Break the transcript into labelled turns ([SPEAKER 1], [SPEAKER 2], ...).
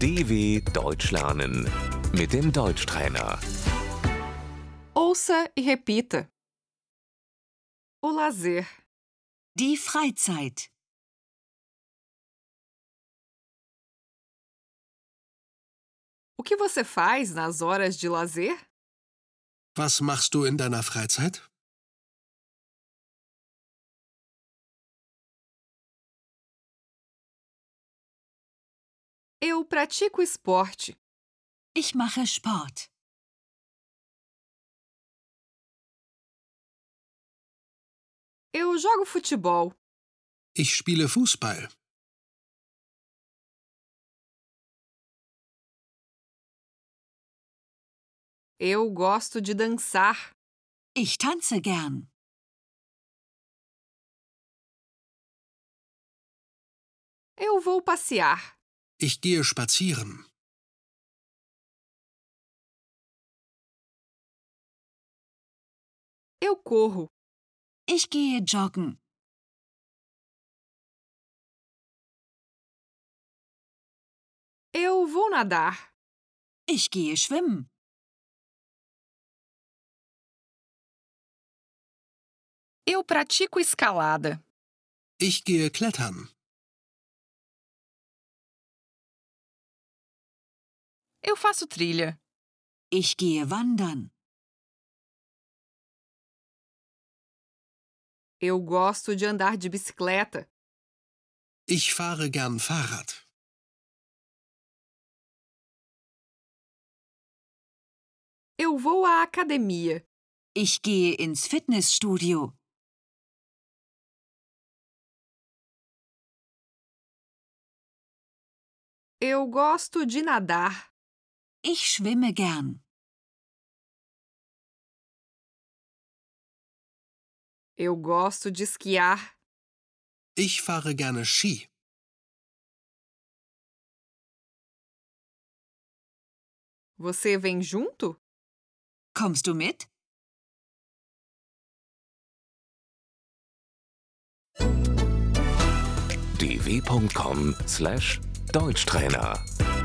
[SPEAKER 1] DW Deutsch lernen mit dem Deutschtrainer.
[SPEAKER 2] Ouça e repita. O lazer,
[SPEAKER 3] Die Freizeit.
[SPEAKER 2] o que você faz nas horas de lazer?
[SPEAKER 4] Was machst du in deiner Freizeit?
[SPEAKER 2] Eu pratico esporte.
[SPEAKER 3] Ich mache Sport.
[SPEAKER 2] Eu jogo futebol.
[SPEAKER 4] Ich spiele Fußball.
[SPEAKER 2] Eu gosto de dançar.
[SPEAKER 3] Ich tanze gern.
[SPEAKER 2] Eu vou passear.
[SPEAKER 4] Ich gehe spazieren.
[SPEAKER 2] Eu corro.
[SPEAKER 3] Ich gehe joggen.
[SPEAKER 2] Eu vou nadar.
[SPEAKER 3] Ich gehe schwimmen.
[SPEAKER 2] Eu pratico escalada.
[SPEAKER 4] Ich gehe klettern.
[SPEAKER 2] Eu faço trilha.
[SPEAKER 3] Ich gehe wandern.
[SPEAKER 2] Eu gosto de andar de bicicleta.
[SPEAKER 4] Ich fahre gern Fahrrad.
[SPEAKER 2] Eu vou à academia.
[SPEAKER 3] Ich gehe ins Fitnessstudio.
[SPEAKER 2] Eu gosto de nadar.
[SPEAKER 3] Ich schwimme gern.
[SPEAKER 2] Eu gosto de esquiar.
[SPEAKER 4] Ich fahre gerne Ski.
[SPEAKER 2] Você vem junto?
[SPEAKER 3] Kommst du mit?
[SPEAKER 1] dw.com/deutschtrainer